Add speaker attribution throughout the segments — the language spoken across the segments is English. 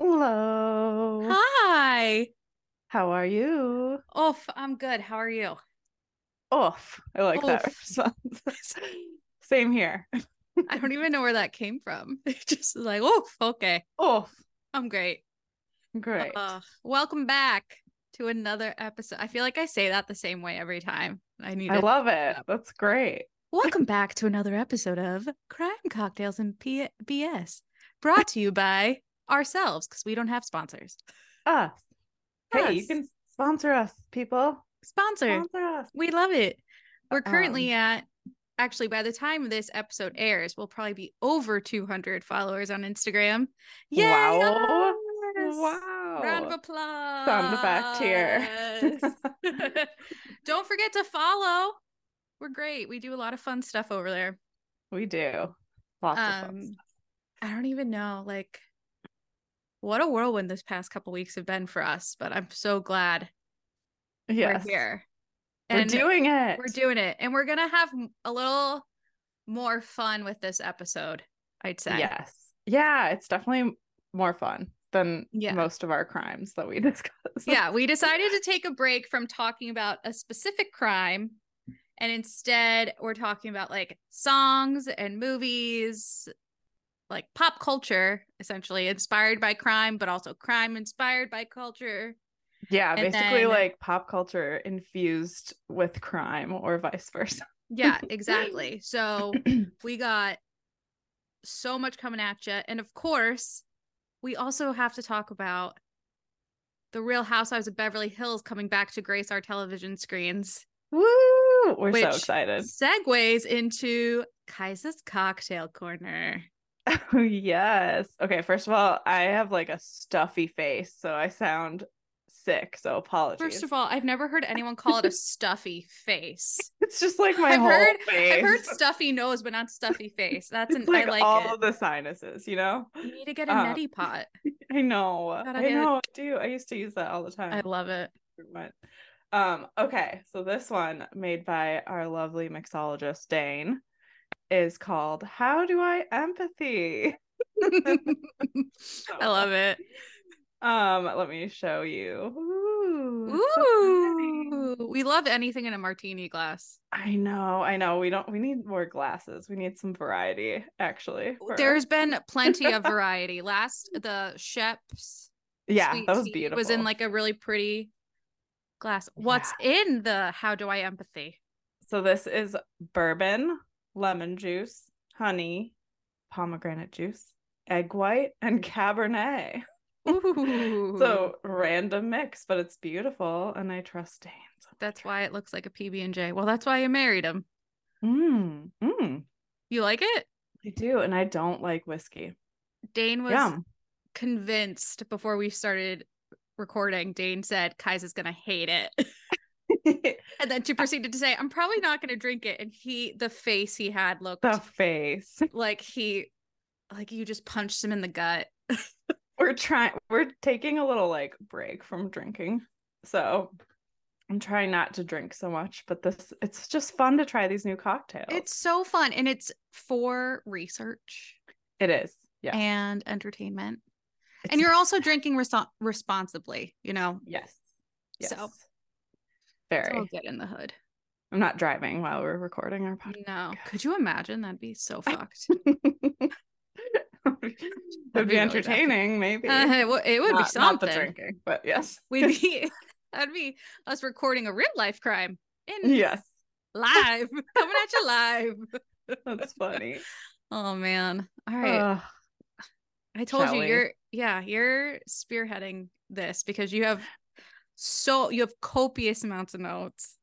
Speaker 1: Hello.
Speaker 2: Hi.
Speaker 1: How are you?
Speaker 2: Oof, I'm good. How are you?
Speaker 1: Oof. I like that
Speaker 2: Oof.
Speaker 1: response. Same here.
Speaker 2: I don't even know where that came from. It's just like, oof, okay.
Speaker 1: Oof.
Speaker 2: I'm great.
Speaker 1: Great.
Speaker 2: Uh, welcome back to another episode. I feel like I say that the same way every time. I need
Speaker 1: I
Speaker 2: it.
Speaker 1: love it. That's great.
Speaker 2: Welcome back to another episode of Crime Cocktails and P- BS, brought to you by ourselves because we don't have sponsors.
Speaker 1: Us. Hey, you
Speaker 2: Us.
Speaker 1: can sponsor us, people.
Speaker 2: Sponsor.
Speaker 1: Sponsor us.
Speaker 2: We love it. We're
Speaker 1: Um,
Speaker 2: currently at actually by the time this episode airs, we'll probably be over 200 followers on Instagram. Yay!
Speaker 1: Wow.
Speaker 2: us!
Speaker 1: Wow.
Speaker 2: Round of applause.
Speaker 1: Sound effect here.
Speaker 2: here. Don't forget to follow. We're great. We do a lot of fun stuff over there.
Speaker 1: we do. Lots of fun.
Speaker 2: Um I don't even know like what a whirlwind this past couple weeks have been for us, but I'm so glad
Speaker 1: Yes.
Speaker 2: we're here.
Speaker 1: We're doing it.
Speaker 2: We're doing it. And we're going to have m- a little more fun with this episode, I'd say.
Speaker 1: Yes. Yeah, it's definitely more fun than
Speaker 2: Yeah.
Speaker 1: most of our crimes that we discuss.
Speaker 2: Yeah. We decided to take a break from talking about a specific crime. And instead, we're talking about like songs and movies, like pop culture, essentially inspired by crime, but also crime inspired by culture.
Speaker 1: Yeah,
Speaker 2: And
Speaker 1: basically
Speaker 2: then-
Speaker 1: like pop culture infused with crime or vice versa.
Speaker 2: Yeah, exactly. So we got so much coming at you. And of course, we also have to talk about the Real Housewives of Beverly Hills coming back to grace our television screens.
Speaker 1: Woo! We're
Speaker 2: Which-
Speaker 1: so excited.
Speaker 2: Segues into Kaisa's Cocktail Corner.
Speaker 1: Oh, yes. Okay, first of all, I have like a stuffy face, so I sound sick. So apologies.
Speaker 2: First of all, I've never heard anyone call it a stuffy face.
Speaker 1: it's just like my
Speaker 2: I've
Speaker 1: whole
Speaker 2: heard-
Speaker 1: face.
Speaker 2: I've heard stuffy nose, but not stuffy face. That's an
Speaker 1: it's like,
Speaker 2: I like
Speaker 1: all
Speaker 2: it.
Speaker 1: the sinuses, you know?
Speaker 2: You need to get a
Speaker 1: um,
Speaker 2: neti pot.
Speaker 1: I know. I
Speaker 2: Gotta get-
Speaker 1: know. I do. I used to use that all the time.
Speaker 2: I love it.
Speaker 1: improvement. Um, okay, so this one made by our lovely mixologist Dane is called How Do I Empathy?
Speaker 2: I love it.
Speaker 1: Um, let me show you. Ooh, it's so pretty.
Speaker 2: Ooh, we love anything in a martini glass.
Speaker 1: I know, I know. We don't we need more glasses. We need some variety, actually. for-
Speaker 2: There's been plenty of variety. Last the Shep's
Speaker 1: yeah,
Speaker 2: sweet
Speaker 1: that was
Speaker 2: tea
Speaker 1: beautiful.
Speaker 2: Was in like a really pretty glass. What's in the how do I empathy?
Speaker 1: so this is bourbon, lemon juice, honey, pomegranate juice, egg white, and cabernet.
Speaker 2: Ooh.
Speaker 1: So random mix, but it's beautiful, and I trust Dane. so-
Speaker 2: that's why it looks like a PB and J. Well, that's why you married him.
Speaker 1: Mm, mm,
Speaker 2: You like it?
Speaker 1: I do, and I don't like whiskey.
Speaker 2: Dane was
Speaker 1: Yum.
Speaker 2: convinced before we started recording. Dane said Kai's gonna hate it.
Speaker 1: the
Speaker 2: And then she proceeded to say, I'm probably not going to drink it. And he, the face he had looked
Speaker 1: face.
Speaker 2: like he, like you just punched him in the gut.
Speaker 1: We're trying. We're taking a little like break from drinking, so I'm trying not to drink so much. But this, it's just fun to try these new cocktails.
Speaker 2: It's so fun. And it's for research
Speaker 1: it is. Yeah,
Speaker 2: and entertainment.
Speaker 1: It's-
Speaker 2: and you're also drinking reso- responsibly, you know,
Speaker 1: yes, yes.
Speaker 2: So, it's all
Speaker 1: Very.
Speaker 2: good in the hood.
Speaker 1: I'm not driving while we're recording our podcast.
Speaker 2: No. Could you imagine? That'd be so fucked.
Speaker 1: it would
Speaker 2: be
Speaker 1: be
Speaker 2: really bad.
Speaker 1: entertaining, maybe.
Speaker 2: Uh, it, wo- it would be
Speaker 1: not, not the
Speaker 2: something.
Speaker 1: drinking, but yes.
Speaker 2: We'd be, that'd be us recording a real life crime in
Speaker 1: yes,
Speaker 2: live, coming at you live.
Speaker 1: that's funny.
Speaker 2: Oh, man. All right.
Speaker 1: Ugh,
Speaker 2: I told
Speaker 1: shall
Speaker 2: you
Speaker 1: we?
Speaker 2: you're yeah, you're spearheading this because you have so you have copious amounts of notes.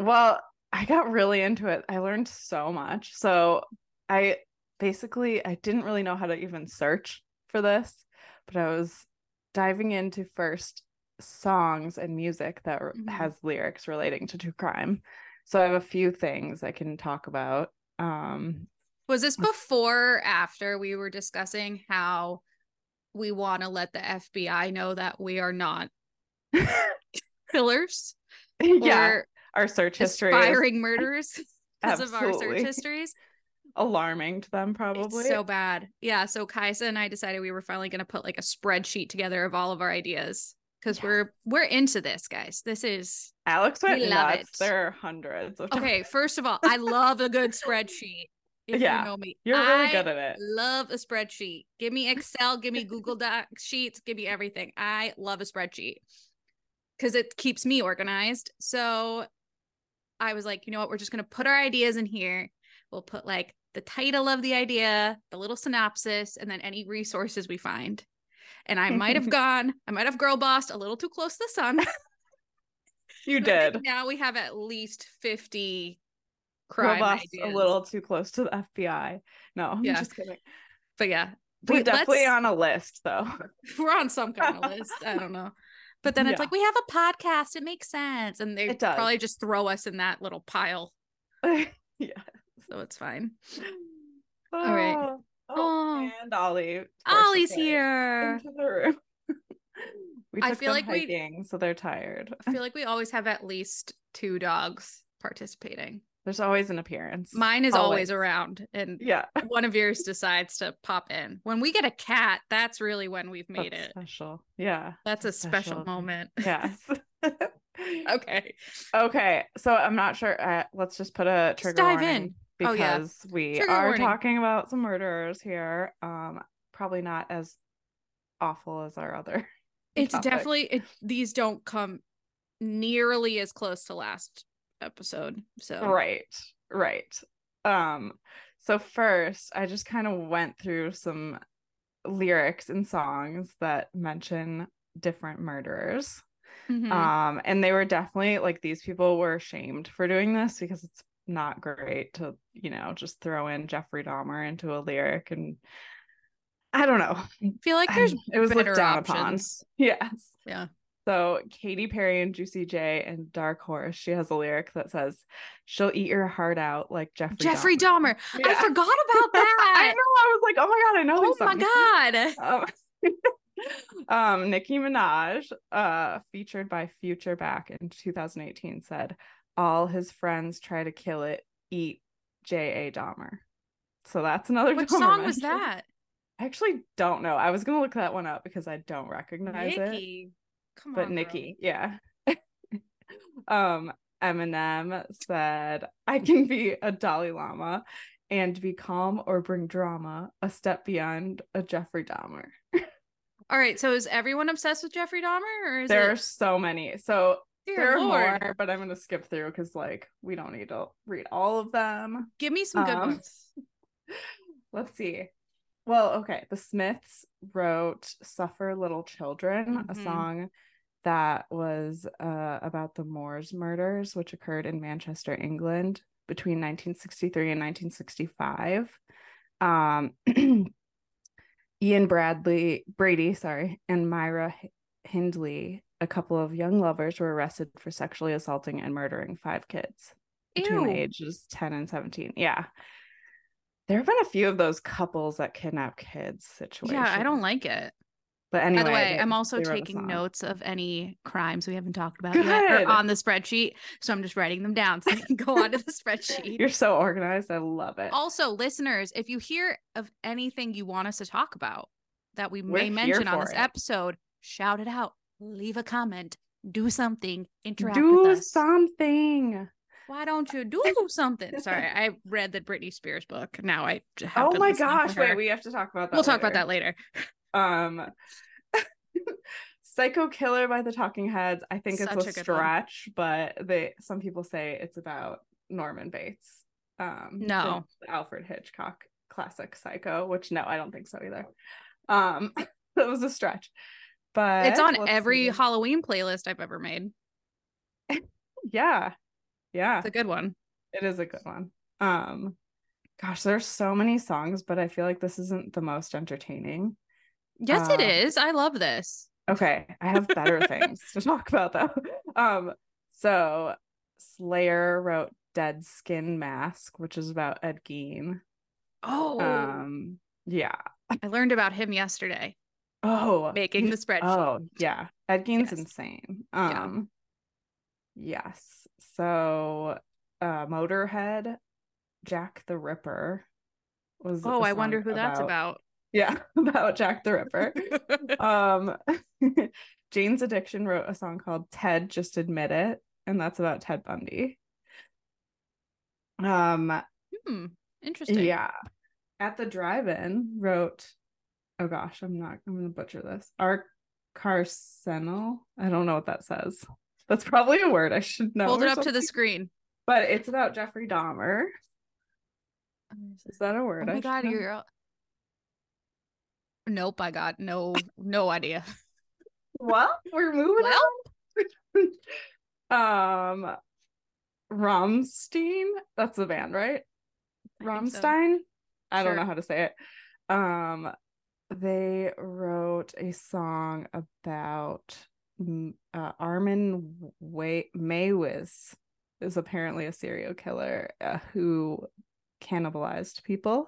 Speaker 1: well, I got really into it. I learned so much. So I basically I didn't really know how to even search for this, but I was diving into first songs and music that r-
Speaker 2: Mhm.
Speaker 1: has lyrics relating to true crime. So I have a few things I can talk about. Um,
Speaker 2: Was this before or after we were discussing how we want to let the FBI know that we are not killers
Speaker 1: yeah,
Speaker 2: or
Speaker 1: our search history is
Speaker 2: aspiring murderers because of our search
Speaker 1: absolutely.
Speaker 2: histories?
Speaker 1: alarming to them probably.
Speaker 2: It's so bad. Yeah. So Kaisa and I decided we were finally gonna put like a spreadsheet together of all of our ideas. Because
Speaker 1: Yes.
Speaker 2: we're we're into this, guys. This is
Speaker 1: Alex went
Speaker 2: We love
Speaker 1: nuts.
Speaker 2: it.
Speaker 1: There are hundreds of
Speaker 2: okay. First of all, I love a good spreadsheet. If
Speaker 1: Yeah.
Speaker 2: you know me.
Speaker 1: You're really
Speaker 2: I
Speaker 1: good at it.
Speaker 2: love a spreadsheet. Give me Excel, give me Google Docs sheets, give me everything. I love a spreadsheet because it keeps me organized. So I was like, you know what? We're just going to put our ideas in here. We'll put like the title of the idea, the little synopsis, and then any resources we find. And I might have gone, I might have girl bossed a little too close to the sun.
Speaker 1: You
Speaker 2: but I think
Speaker 1: did.
Speaker 2: Now we have at least 50 crime
Speaker 1: Robust a
Speaker 2: ideas.
Speaker 1: little too close to the FBI. No, I'm
Speaker 2: Yeah.
Speaker 1: just kidding.
Speaker 2: But yeah.
Speaker 1: We're
Speaker 2: we- let's-
Speaker 1: definitely on a list though.
Speaker 2: we're on some kind of list. I don't know. But then it's
Speaker 1: Yeah.
Speaker 2: like we have a podcast. It makes sense, and they
Speaker 1: It does.
Speaker 2: probably just throw us in that little pile,
Speaker 1: yeah.
Speaker 2: so it's fine.
Speaker 1: All
Speaker 2: right.
Speaker 1: Oh,
Speaker 2: Oh.
Speaker 1: and Ollie. of course,
Speaker 2: Ollie's
Speaker 1: okay.
Speaker 2: here.
Speaker 1: Into the room. we
Speaker 2: I
Speaker 1: took
Speaker 2: feel
Speaker 1: them
Speaker 2: like we-
Speaker 1: hiking, so they're tired.
Speaker 2: I feel like we always have at least two dogs participating.
Speaker 1: There's always an appearance.
Speaker 2: Mine is
Speaker 1: Always.
Speaker 2: always, around, and
Speaker 1: yeah,
Speaker 2: one of yours decides to pop in. When we get a cat, that's really when we've made
Speaker 1: that's
Speaker 2: it.
Speaker 1: special. Yeah,
Speaker 2: That's a
Speaker 1: that's
Speaker 2: special,
Speaker 1: special.
Speaker 2: moment.
Speaker 1: yes.
Speaker 2: okay.
Speaker 1: okay, so I'm not sure. Uh, let's just put a
Speaker 2: Just
Speaker 1: trigger
Speaker 2: dive
Speaker 1: warning
Speaker 2: in. Oh, yeah.
Speaker 1: because we
Speaker 2: Trigger
Speaker 1: are
Speaker 2: warning.
Speaker 1: talking about some murderers here. Um, probably not as awful as our other.
Speaker 2: It's
Speaker 1: topic.
Speaker 2: definitely it, these don't come nearly as close to last episode. So
Speaker 1: Right, right. Um, so first, I just kind of went through some lyrics and songs that mention different murderers.
Speaker 2: Mhm.
Speaker 1: Um, and they were definitely like these people were shamed for doing this because it's not great to, you know, just throw in Jeffrey Dahmer into a lyric and I don't know.
Speaker 2: feel like there's
Speaker 1: it was
Speaker 2: better
Speaker 1: looked down
Speaker 2: options.
Speaker 1: upon. Yes.
Speaker 2: Yeah.
Speaker 1: So Katy Perry and Juicy J and Dark Horse, she has a lyric that says, "She'll eat your heart out like Jeffrey."
Speaker 2: Jeffrey
Speaker 1: Dahmer."
Speaker 2: Dahmer. I
Speaker 1: Yeah.
Speaker 2: forgot about
Speaker 1: I
Speaker 2: that.
Speaker 1: know. I was like, "Oh my god, I know."
Speaker 2: oh
Speaker 1: these
Speaker 2: my
Speaker 1: songs."
Speaker 2: god.
Speaker 1: Um, um, Nicki Minaj, uh, featured by Future back in 2018, said all his friends try to kill it, eat J.A. Dahmer. So that's another
Speaker 2: Which
Speaker 1: Dahmer
Speaker 2: song was
Speaker 1: mention.
Speaker 2: that?
Speaker 1: I actually don't know. I was gonna look that one up because I don't recognize it,
Speaker 2: Nikki. Come
Speaker 1: but
Speaker 2: on. girl.
Speaker 1: Nikki, yeah. um, Eminem said, "I can be a Dalai Lama." And be calm or bring drama a step beyond a Jeffrey Dahmer.
Speaker 2: All right. So is everyone obsessed with Jeffrey Dahmer or is
Speaker 1: there are
Speaker 2: it
Speaker 1: so many so
Speaker 2: Dear
Speaker 1: there are
Speaker 2: Lord.
Speaker 1: more but i'm going to skip through because like we don't need to read all of them
Speaker 2: Give me some good
Speaker 1: Um,
Speaker 2: ones.
Speaker 1: let's see well okay the smiths wrote suffer little children a
Speaker 2: Mhm.
Speaker 1: song that was uh, about the moors murders which occurred in manchester england between 1963 and 1965 um, Ian Bradley Brady, sorry, and Myra H- Hindley, a couple of young lovers were arrested for sexually assaulting and murdering five kids between
Speaker 2: Ew.
Speaker 1: the ages 10 and 17. Yeah. There have been a few of those couples that kidnap kids situations.
Speaker 2: Yeah, I don't like it.
Speaker 1: But anyway,
Speaker 2: By the way,
Speaker 1: they-
Speaker 2: I'm also
Speaker 1: they wrote a
Speaker 2: taking
Speaker 1: song.
Speaker 2: notes of any crimes we haven't talked about yet
Speaker 1: Good.
Speaker 2: or on the spreadsheet. So I'm just writing them down so I can go onto the spreadsheet.
Speaker 1: You're so organized. I love it.
Speaker 2: Also, listeners, if you hear of anything you want us to talk about that we
Speaker 1: We're
Speaker 2: may
Speaker 1: here
Speaker 2: mention on
Speaker 1: for
Speaker 2: this
Speaker 1: it.
Speaker 2: episode, shout it out, leave a comment, do something, interact
Speaker 1: Do
Speaker 2: with us.
Speaker 1: something.
Speaker 2: Why don't you do something? Sorry, I read the Britney Spears book. Now I j- have
Speaker 1: Oh
Speaker 2: been
Speaker 1: my
Speaker 2: listening to
Speaker 1: gosh. Wait,
Speaker 2: her.
Speaker 1: we have to talk about that.
Speaker 2: we'll talk about
Speaker 1: later.
Speaker 2: that later.
Speaker 1: um psycho killer by the talking heads i think
Speaker 2: Such
Speaker 1: it's
Speaker 2: a
Speaker 1: a
Speaker 2: good one.
Speaker 1: stretch but they some people say it's about norman bates um from
Speaker 2: No.
Speaker 1: the alfred hitchcock classic psycho which no i don't think so either um that was a stretch but
Speaker 2: It's on
Speaker 1: let's
Speaker 2: every
Speaker 1: see.
Speaker 2: Halloween playlist I've ever made.
Speaker 1: yeah yeah
Speaker 2: It's a good one.
Speaker 1: it is a good one um gosh there's so many songs but i feel like this isn't the most entertaining
Speaker 2: Yes, it
Speaker 1: Uh,
Speaker 2: is. I love this.
Speaker 1: Okay, I have better things to talk about though. Um, so Slayer wrote Dead Skin Mask, which is about Ed Gein.
Speaker 2: Oh,
Speaker 1: Um, yeah.
Speaker 2: I learned about him yesterday
Speaker 1: Oh,
Speaker 2: making
Speaker 1: you-
Speaker 2: the spreadsheet.
Speaker 1: Oh, yeah. Ed Gein's
Speaker 2: Yes.
Speaker 1: insane.
Speaker 2: Yeah.
Speaker 1: Um, yes. So, uh, Motorhead, Jack the Ripper, was
Speaker 2: Oh,
Speaker 1: a
Speaker 2: I wonder
Speaker 1: song
Speaker 2: who that's about.
Speaker 1: Yeah, about Jack the Ripper. um Jane's Addiction wrote a song called Ted Just Admit It, and that's about Ted Bundy. Um
Speaker 2: hmm. Interesting.
Speaker 1: yeah. At the drive-in wrote oh gosh, I'm not I'm gonna butcher this. Our carcinal. I don't know what that says. That's probably a word I should know.
Speaker 2: Hold it
Speaker 1: or
Speaker 2: up to the
Speaker 1: something,
Speaker 2: screen.
Speaker 1: but it's about Jeffrey Dahmer. Is that a
Speaker 2: Oh
Speaker 1: word? I
Speaker 2: my
Speaker 1: should
Speaker 2: god,
Speaker 1: know?
Speaker 2: you're. Nope, I got no no idea.
Speaker 1: well, we're moving
Speaker 2: Well.
Speaker 1: on. um Romstein, that's the band, right?
Speaker 2: I think so.
Speaker 1: Romstein. I don't
Speaker 2: Sure.
Speaker 1: know how to say it. Um they wrote a song about mm, uh, Armin Way- Maywiz is apparently a serial killer uh, who cannibalized people.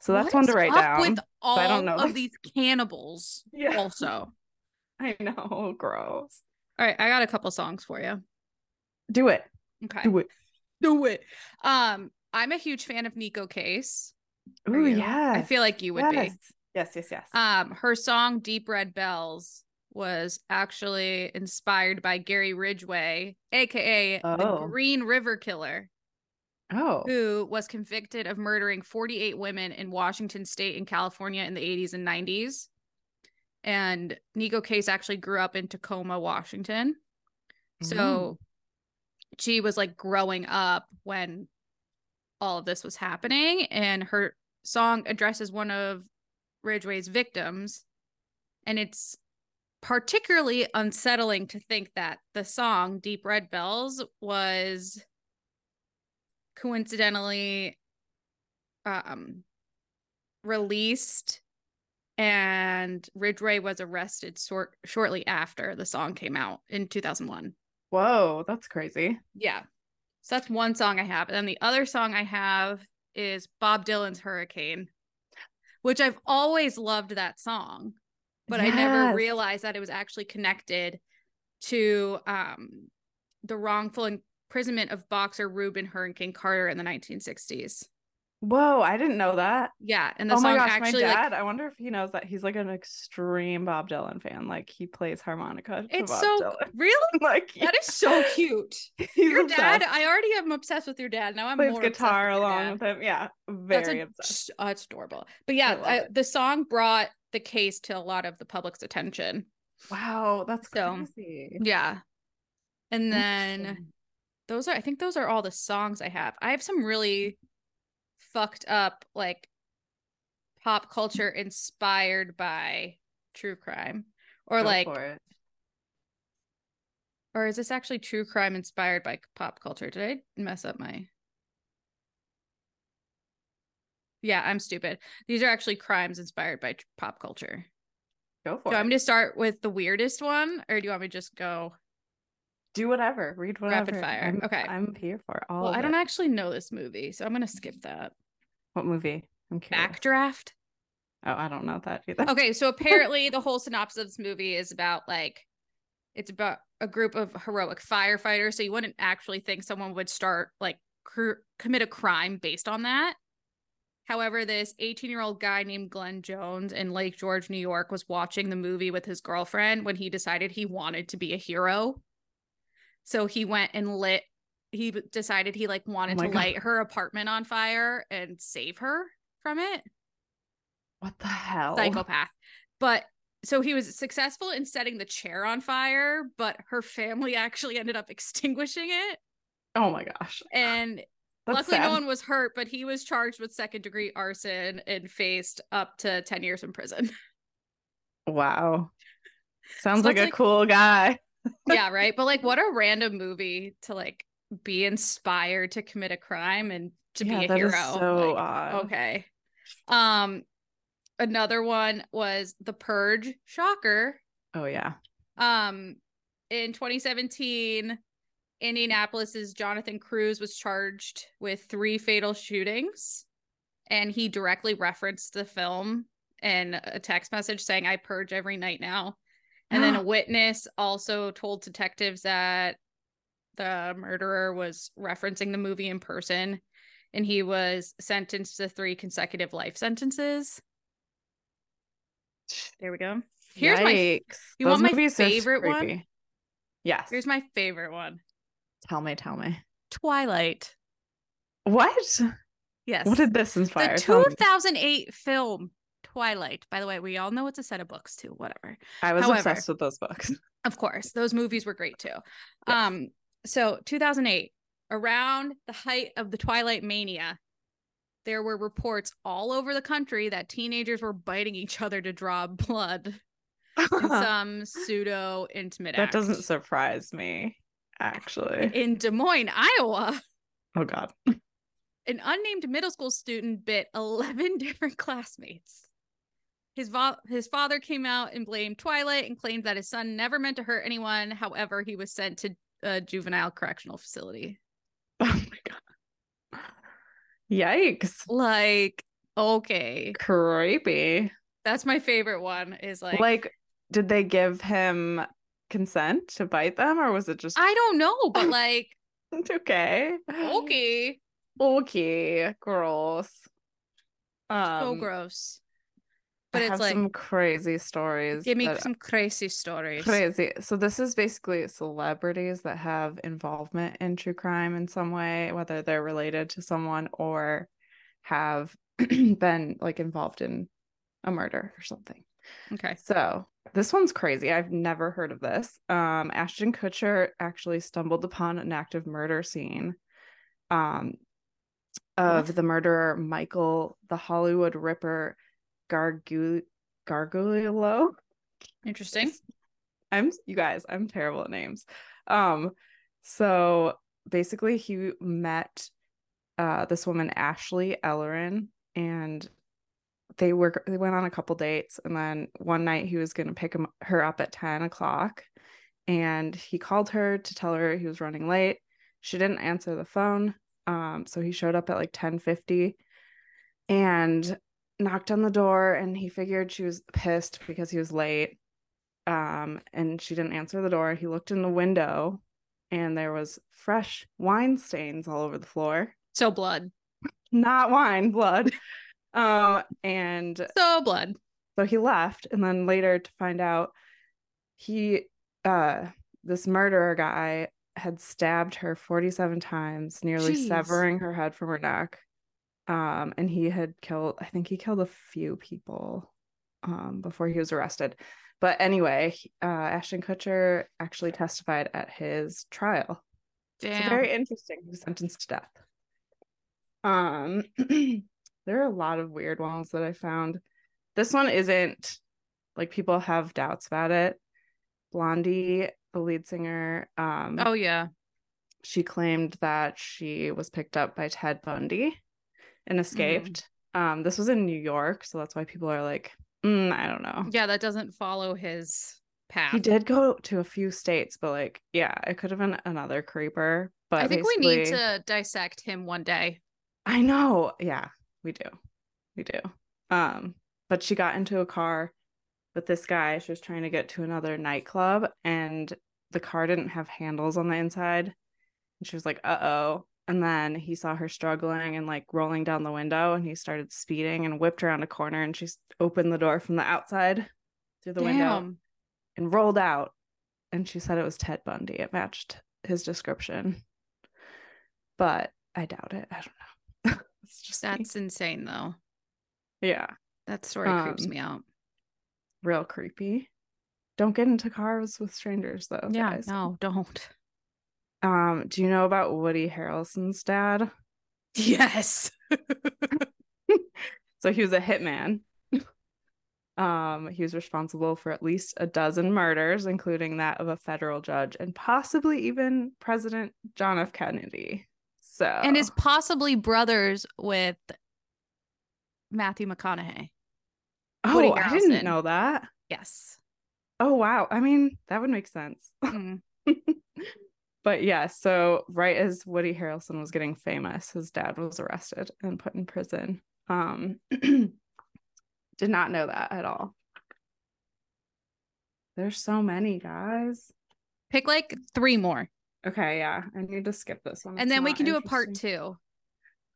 Speaker 1: So that's
Speaker 2: What
Speaker 1: one
Speaker 2: is
Speaker 1: to write
Speaker 2: up
Speaker 1: down.
Speaker 2: With all
Speaker 1: I don't know
Speaker 2: of
Speaker 1: this.
Speaker 2: these cannibals,
Speaker 1: yeah,
Speaker 2: also.
Speaker 1: I know, gross.
Speaker 2: All right, I got a couple songs for you.
Speaker 1: Do it.
Speaker 2: Okay,
Speaker 1: Do it.
Speaker 2: do it. Um, I'm a huge fan of Nico Case. Are
Speaker 1: Ooh,
Speaker 2: you?
Speaker 1: yeah.
Speaker 2: I feel like you would be.
Speaker 1: Yes, yes, yes.
Speaker 2: Um, her song "Deep Red Bells" was actually inspired by Gary Ridgway, aka the
Speaker 1: Oh.
Speaker 2: Green River Killer,
Speaker 1: oh,
Speaker 2: who was convicted of murdering 48 women in Washington State and California in the 80s and 90s. And Nico Case actually grew up in Tacoma, Washington.
Speaker 1: Mm. Mm-hmm.
Speaker 2: So she was like growing up when all of this was happening, and her song addresses one of Ridgway's victims. And it's particularly unsettling to think that the song Deep Red Bells was coincidentally um, released and Ridgway was arrested sort- shortly after the song came out in 2001.
Speaker 1: whoa, that's crazy.
Speaker 2: Yeah. So that's one song I have. And then the other song I have is Bob Dylan's Hurricane, which I've always loved that song, but I never
Speaker 1: Yes.
Speaker 2: realized that it was actually connected to um, the wrongful imprisonment of boxer Reuben Hurricane Carter in the 1960s.
Speaker 1: Whoa, I didn't know that.
Speaker 2: Yeah. And the
Speaker 1: Oh
Speaker 2: song
Speaker 1: my gosh,
Speaker 2: actually
Speaker 1: my
Speaker 2: like,
Speaker 1: dad. I wonder if he knows that he's like an extreme Bob Dylan fan. Like he plays harmonica. To
Speaker 2: it's
Speaker 1: Bob
Speaker 2: so
Speaker 1: Dylan.
Speaker 2: really
Speaker 1: like
Speaker 2: that is so cute.
Speaker 1: he's
Speaker 2: Your dad,
Speaker 1: obsessed.
Speaker 2: I already am obsessed with your dad. Now I'm
Speaker 1: plays
Speaker 2: more obsessed
Speaker 1: guitar
Speaker 2: with your dad.
Speaker 1: along with him. Yeah, very
Speaker 2: That's
Speaker 1: obsessed.
Speaker 2: a, uh, it's adorable. But
Speaker 1: I
Speaker 2: yeah,
Speaker 1: love
Speaker 2: I,
Speaker 1: it.
Speaker 2: the song brought the case to a lot of the public's attention.
Speaker 1: Wow, that's
Speaker 2: So,
Speaker 1: crazy.
Speaker 2: Yeah. And then
Speaker 1: Interesting.
Speaker 2: those are I think those are all the songs I have. I have some really fucked up like pop culture inspired by true crime or
Speaker 1: Go
Speaker 2: like
Speaker 1: for it.
Speaker 2: or is this actually true crime inspired by pop culture? Did I mess up my Yeah, I'm stupid. These are actually crimes inspired by tr- pop culture.
Speaker 1: go
Speaker 2: Do
Speaker 1: for
Speaker 2: you
Speaker 1: it.
Speaker 2: want me to start with the weirdest one, or do you want me to just go?
Speaker 1: Do whatever. Read whatever.
Speaker 2: Rapid fire.
Speaker 1: I'm-
Speaker 2: Okay.
Speaker 1: I'm here for all.
Speaker 2: well,
Speaker 1: of
Speaker 2: I don't
Speaker 1: it.
Speaker 2: actually know this movie, so I'm gonna skip that.
Speaker 1: What movie? I'm curious.
Speaker 2: Backdraft.
Speaker 1: Oh, I don't know that either.
Speaker 2: Okay, so apparently the whole synopsis of this movie is about like, it's about a group of heroic firefighters. So you wouldn't actually think someone would start like cr- commit a crime based on that. However, this 18 year old guy named Glenn Jones in Lake George, New York, was watching the movie with his girlfriend when he decided he wanted to be a hero. So he went and lit, he b- decided he like wanted
Speaker 1: Oh my
Speaker 2: to
Speaker 1: God.
Speaker 2: light her apartment on fire and save her from it.
Speaker 1: What the hell?
Speaker 2: Psychopath. But so he was successful in setting the chair on fire, but her family actually ended up extinguishing it.
Speaker 1: Oh my gosh.
Speaker 2: And
Speaker 1: That's
Speaker 2: Luckily,
Speaker 1: sad.
Speaker 2: no one was hurt, but he was charged with second degree arson and faced up to 10 years in prison.
Speaker 1: Wow. Sounds
Speaker 2: Sounds
Speaker 1: like a
Speaker 2: like-
Speaker 1: cool guy.
Speaker 2: yeah, right. But like, what a random movie to like be inspired to commit a crime and to
Speaker 1: Yeah,
Speaker 2: be a
Speaker 1: that
Speaker 2: hero.
Speaker 1: is so
Speaker 2: Like,
Speaker 1: odd.
Speaker 2: okay. Um, another one was The Purge. Shocker.
Speaker 1: Oh yeah.
Speaker 2: Um, in 2017, Indianapolis's Jonathan Cruz was charged with three fatal shootings, and he directly referenced the film in a text message saying, "I purge every night now." And then a witness also told detectives that the murderer was referencing the movie in person and he was sentenced to three consecutive life sentences. There we go. Here's my
Speaker 1: Yikes.
Speaker 2: you want my
Speaker 1: movies are
Speaker 2: favorite one?
Speaker 1: creepy. Yes.
Speaker 2: here's my favorite one.
Speaker 1: tell me, tell me.
Speaker 2: Twilight.
Speaker 1: What?
Speaker 2: Yes.
Speaker 1: What did this inspire?
Speaker 2: the
Speaker 1: Tell me.
Speaker 2: 2008 film Twilight. By the way, we all know it's a set of books too, whatever.
Speaker 1: I was
Speaker 2: however-
Speaker 1: obsessed with those books.
Speaker 2: Of course, those movies were great too.
Speaker 1: Yes.
Speaker 2: Um so 2008 around the height of the Twilight mania, there were reports all over the country that teenagers were biting each other to draw blood in some pseudo intimate
Speaker 1: that
Speaker 2: act.
Speaker 1: doesn't surprise me, actually.
Speaker 2: in Des Moines, Iowa,
Speaker 1: oh God.
Speaker 2: an unnamed middle school student bit 11 different classmates. His, vo- his father came out and blamed Twilight and claimed that his son never meant to hurt anyone. However, he was sent to a juvenile correctional facility.
Speaker 1: Oh my God. Yikes.
Speaker 2: Like, okay,
Speaker 1: Creepy.
Speaker 2: that's my favorite one. Is like,
Speaker 1: Like, did they give him consent to bite them or was it just
Speaker 2: I don't know,
Speaker 1: um,
Speaker 2: but like,
Speaker 1: okay?
Speaker 2: okay,
Speaker 1: Okay. Gross. Um,
Speaker 2: so gross.
Speaker 1: I
Speaker 2: But it's
Speaker 1: have
Speaker 2: like,
Speaker 1: some crazy stories.
Speaker 2: give me
Speaker 1: that-
Speaker 2: some crazy stories.
Speaker 1: Crazy. So this is basically celebrities that have involvement in true crime in some way, whether they're related to someone or have been like involved in a murder or something.
Speaker 2: Okay.
Speaker 1: So this one's crazy. I've never heard of this. Um, Ashton Kutcher actually stumbled upon an active murder scene um, of the murderer Michael the Hollywood Ripper Gargu- Gargulio.
Speaker 2: Interesting.
Speaker 1: S- I'm you guys, I'm terrible at names. Um so basically he met uh this woman Ashley Ellerin and they were they went on a couple dates and then one night he was gonna pick him, her up at 10 o'clock and he called her to tell her he was running late. She didn't answer the phone. Um so he showed up at like 1050 and knocked on the door and he figured she was pissed because he was late um, and she didn't answer the door. He looked in the window, and there was fresh wine stains all over the floor.
Speaker 2: So blood.
Speaker 1: Not wine, blood. um, and
Speaker 2: So blood.
Speaker 1: so he left, and then later to find out he, uh, this murderer guy had stabbed her 47 times, nearly
Speaker 2: Jeez.
Speaker 1: severing her head from her neck. Um, and he had killed, I think he killed a few people um, before he was arrested. But anyway, he- uh, Ashton Kutcher actually testified at his trial.
Speaker 2: Damn.
Speaker 1: It's very interesting. He was sentenced to death. Um, there are a lot of weird ones that I found. This one isn't like people have doubts about it. Blondie, the lead singer, um,
Speaker 2: oh yeah.
Speaker 1: she claimed that she was picked up by Ted Bundy
Speaker 2: Mm.
Speaker 1: and escaped. Um, this was in New York, so that's why people are like, "Mm, I don't know.
Speaker 2: Yeah, that doesn't follow his path.
Speaker 1: He did go to a few states, but like, yeah, it could have been another creeper. But
Speaker 2: I think we need
Speaker 1: basically-
Speaker 2: to dissect him one day.
Speaker 1: I know. Yeah, we do. We do. Um, but she got into a car with this guy. She was trying to get to another nightclub and the car didn't have handles on the inside. And she was like, uh-oh. And then he saw her struggling and like rolling down the window and he started speeding and whipped around a corner and she s- opened the door from the outside through the window
Speaker 2: Damn.
Speaker 1: and rolled out. And she said it was Ted Bundy. It matched his description. But I doubt it. I don't know. it's just me.
Speaker 2: That's insane though.
Speaker 1: yeah,
Speaker 2: That story creeps
Speaker 1: Um,
Speaker 2: me out.
Speaker 1: real creepy. Don't get into cars with strangers though.
Speaker 2: yeah,
Speaker 1: guys.
Speaker 2: no, don't.
Speaker 1: Um, do you know about Woody Harrelson's dad?
Speaker 2: Yes.
Speaker 1: So he was a hitman. um, he was responsible for at least a dozen murders, including that of a federal judge and possibly even President John F. Kennedy. So
Speaker 2: And is possibly brothers with Matthew McConaughey.
Speaker 1: oh,
Speaker 2: Woody
Speaker 1: I
Speaker 2: Harrelson.
Speaker 1: didn't know that.
Speaker 2: Yes.
Speaker 1: Oh wow. I mean, that would make sense.
Speaker 2: Mm.
Speaker 1: But yeah, so right as Woody Harrelson was getting famous, his dad was arrested and put in prison. Um, did not know that at all. There's so many guys.
Speaker 2: Pick like three more.
Speaker 1: Okay, yeah, I need to skip this one.
Speaker 2: And
Speaker 1: It's
Speaker 2: then we
Speaker 1: not
Speaker 2: can do a part
Speaker 1: interesting.
Speaker 2: two.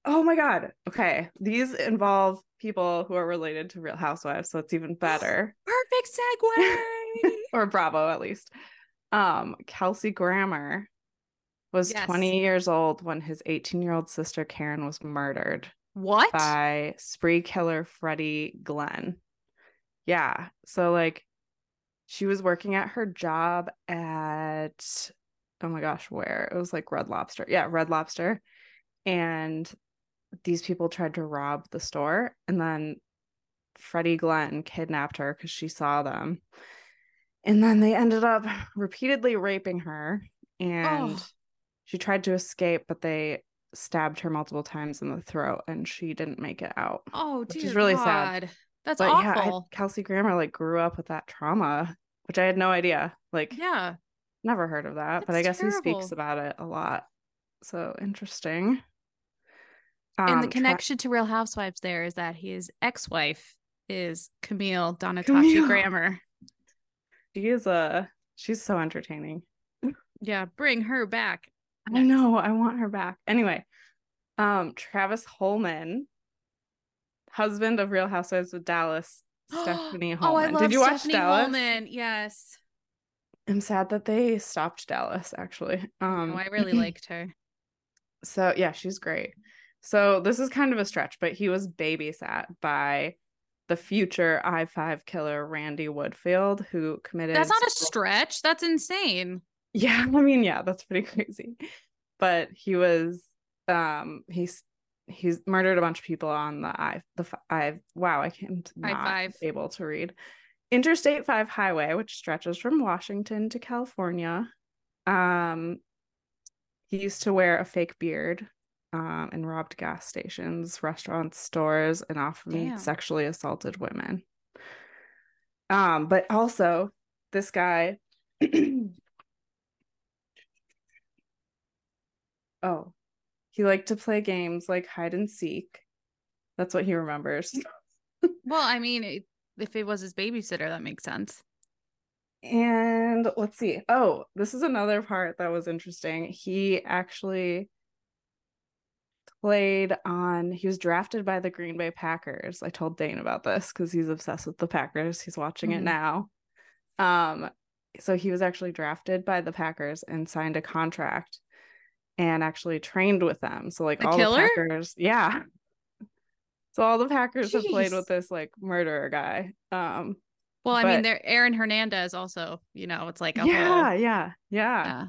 Speaker 1: Oh my god. Okay. These involve people who are related to Real Housewives, so it's even better.
Speaker 2: Perfect segue.
Speaker 1: or Bravo at least. Um, Kelsey Grammer was
Speaker 2: Yes.
Speaker 1: 20 years old when his 18-year-old sister Karen was murdered
Speaker 2: what?
Speaker 1: by spree killer Freddie Glenn. Yeah. So like she was working at her job at oh my gosh, where? It was like Red Lobster. Yeah, Red Lobster. And these people tried to rob the store and then Freddie Glenn kidnapped her cuz she saw them. And then they ended up repeatedly raping her and
Speaker 2: Oh.
Speaker 1: she tried to escape but they stabbed her multiple times in the throat and she didn't make it out.
Speaker 2: Oh,
Speaker 1: Which
Speaker 2: dear
Speaker 1: is really sad.
Speaker 2: God. That's
Speaker 1: but yeah, I-
Speaker 2: awful.
Speaker 1: Kelsey Grammer like grew up with that trauma, which I had no idea. Like
Speaker 2: Yeah.
Speaker 1: never heard of that, but I guess
Speaker 2: That's
Speaker 1: he speaks
Speaker 2: terrible.
Speaker 1: about it a lot. So interesting.
Speaker 2: and the
Speaker 1: Um, Tra-
Speaker 2: connection to Real Housewives there is that his ex-wife is Camille Donatashi
Speaker 1: Camille.
Speaker 2: Grammer.
Speaker 1: she is a she's so entertaining.
Speaker 2: Yeah, bring her back.
Speaker 1: I
Speaker 2: Nice.
Speaker 1: know, I want her back. Anyway, um Travis Holman, husband of Real Housewives of Dallas, Stephanie
Speaker 2: Oh, I
Speaker 1: Holman.
Speaker 2: love
Speaker 1: Did you watch
Speaker 2: Stephanie
Speaker 1: Dallas?
Speaker 2: Holman. Yes.
Speaker 1: I'm sad that they stopped Dallas actually. Um
Speaker 2: oh, I really liked her.
Speaker 1: So yeah, she's great. So this is kind of a stretch, but he was babysat by the future I five killer Randy Woodfield, who committed.
Speaker 2: That's not a stretch. That's insane.
Speaker 1: yeah. I mean, yeah, that's pretty crazy. But he was, um, he's he's murdered a bunch of people on the I the f- I wow I can't
Speaker 2: I
Speaker 1: not
Speaker 2: five.
Speaker 1: able to read Interstate Five Highway, which stretches from Washington to California. Um, he used to wear a fake beard um, and robbed gas stations, restaurants, stores, and often
Speaker 2: Damn.
Speaker 1: sexually assaulted women. Um, but also, this guy. oh, he liked to play games like hide and seek. That's what he remembers.
Speaker 2: Well, I mean, it, if it was his babysitter, that makes sense.
Speaker 1: And let's see. Oh, this is another part that was interesting. He actually played on, he was drafted by the Green Bay Packers. I told Dane about this because he's obsessed with the Packers. He's watching
Speaker 2: Mhm.
Speaker 1: it now. Um, so he was actually drafted by the Packers and signed a contract and actually trained with them. So, like,
Speaker 2: The
Speaker 1: all
Speaker 2: killer?
Speaker 1: the Packers, yeah. So, all the Packers have played
Speaker 2: Jeez.
Speaker 1: with this like murderer guy. Um,
Speaker 2: Well, I mean,
Speaker 1: But-
Speaker 2: there Aaron Hernandez also, you know, it's like a
Speaker 1: yeah,
Speaker 2: whole
Speaker 1: yeah, yeah.
Speaker 2: yeah.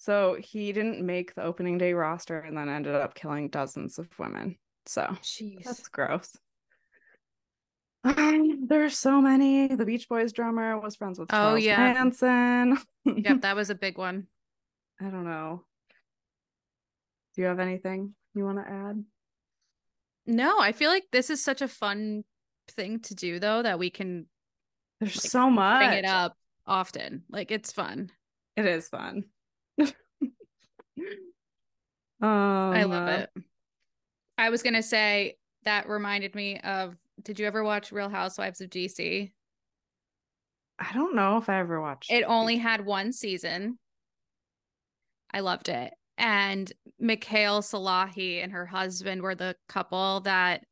Speaker 1: So he didn't make the opening day roster and then ended up killing dozens of women. So
Speaker 2: Jeez.
Speaker 1: that's gross. Um, there are so many. The Beach Boys drummer was friends with
Speaker 2: Oh,
Speaker 1: Charles
Speaker 2: yeah.
Speaker 1: Manson.
Speaker 2: yep, that was a big one.
Speaker 1: I don't know. Do you have anything you want to add?
Speaker 2: No, I feel like this is such a fun thing to do though that we can
Speaker 1: There's
Speaker 2: Like,
Speaker 1: so much.
Speaker 2: bring it up often. Like it's fun.
Speaker 1: It is fun.
Speaker 2: I
Speaker 1: Um,
Speaker 2: love it. I was gonna say that reminded me of did you ever watch Real Housewives of DC?
Speaker 1: I don't know if I ever watched.
Speaker 2: It only had one season. I loved it. And Mikhail Salahi and her husband were the couple that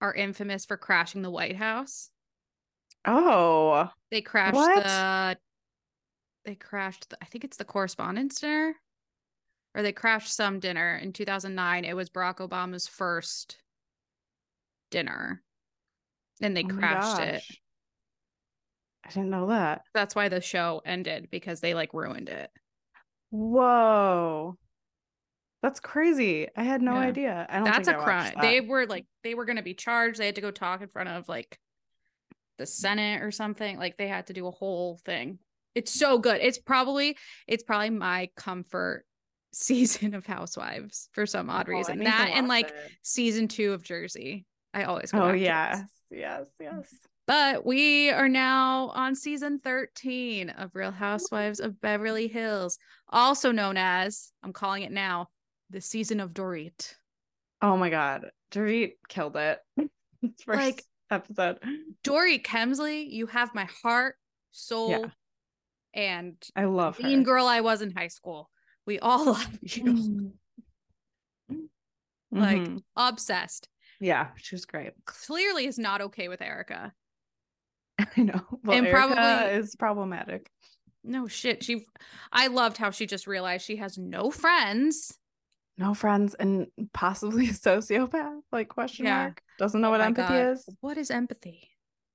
Speaker 2: are infamous for crashing the White House.
Speaker 1: Oh,
Speaker 2: They crashed
Speaker 1: What?
Speaker 2: the they crashed the, I think it's the correspondence dinner or they crashed some dinner in 2009. It was Barack Obama's first dinner. And they
Speaker 1: oh my
Speaker 2: crashed it.
Speaker 1: gosh. I didn't know that.
Speaker 2: That's why the show ended because they like ruined it.
Speaker 1: Whoa. That's crazy. I had no
Speaker 2: Yeah.
Speaker 1: idea. I don't
Speaker 2: That's a
Speaker 1: think I
Speaker 2: crime.
Speaker 1: watched that.
Speaker 2: They were like they were going to be charged. They had to go talk in front of like the Senate or something. Like they had to do a whole thing. It's so good. It's probably it's probably my comfort season of Housewives for some odd
Speaker 1: Oh, I
Speaker 2: reason.
Speaker 1: need to
Speaker 2: That and
Speaker 1: watch
Speaker 2: like
Speaker 1: it.
Speaker 2: season 2 of Jersey. I always go
Speaker 1: Oh
Speaker 2: back to this.
Speaker 1: yes. Yes, yes.
Speaker 2: But we are now on season 13 of Real Housewives of Beverly Hills, also known as I'm calling it now, the season of Dorit.
Speaker 1: Oh my god. Dorit killed it. This First
Speaker 2: Like-
Speaker 1: episode.
Speaker 2: Dory Kemsley, you have my heart, soul, and
Speaker 1: I love
Speaker 2: mean
Speaker 1: her.
Speaker 2: girl I was in high school. We all love you.
Speaker 1: Mm.
Speaker 2: Like,
Speaker 1: Mhm.
Speaker 2: Obsessed.
Speaker 1: yeah, she was great.
Speaker 2: Clearly is not okay with Erica.
Speaker 1: I know. Well,
Speaker 2: And
Speaker 1: Erica
Speaker 2: probably-
Speaker 1: is problematic.
Speaker 2: No shit. She I loved how she just realized she has no friends.
Speaker 1: No friends and possibly a sociopath. Like question
Speaker 2: Yeah. Oh
Speaker 1: mark. Doesn't know what
Speaker 2: my
Speaker 1: empathy
Speaker 2: God.
Speaker 1: is.
Speaker 2: What is empathy?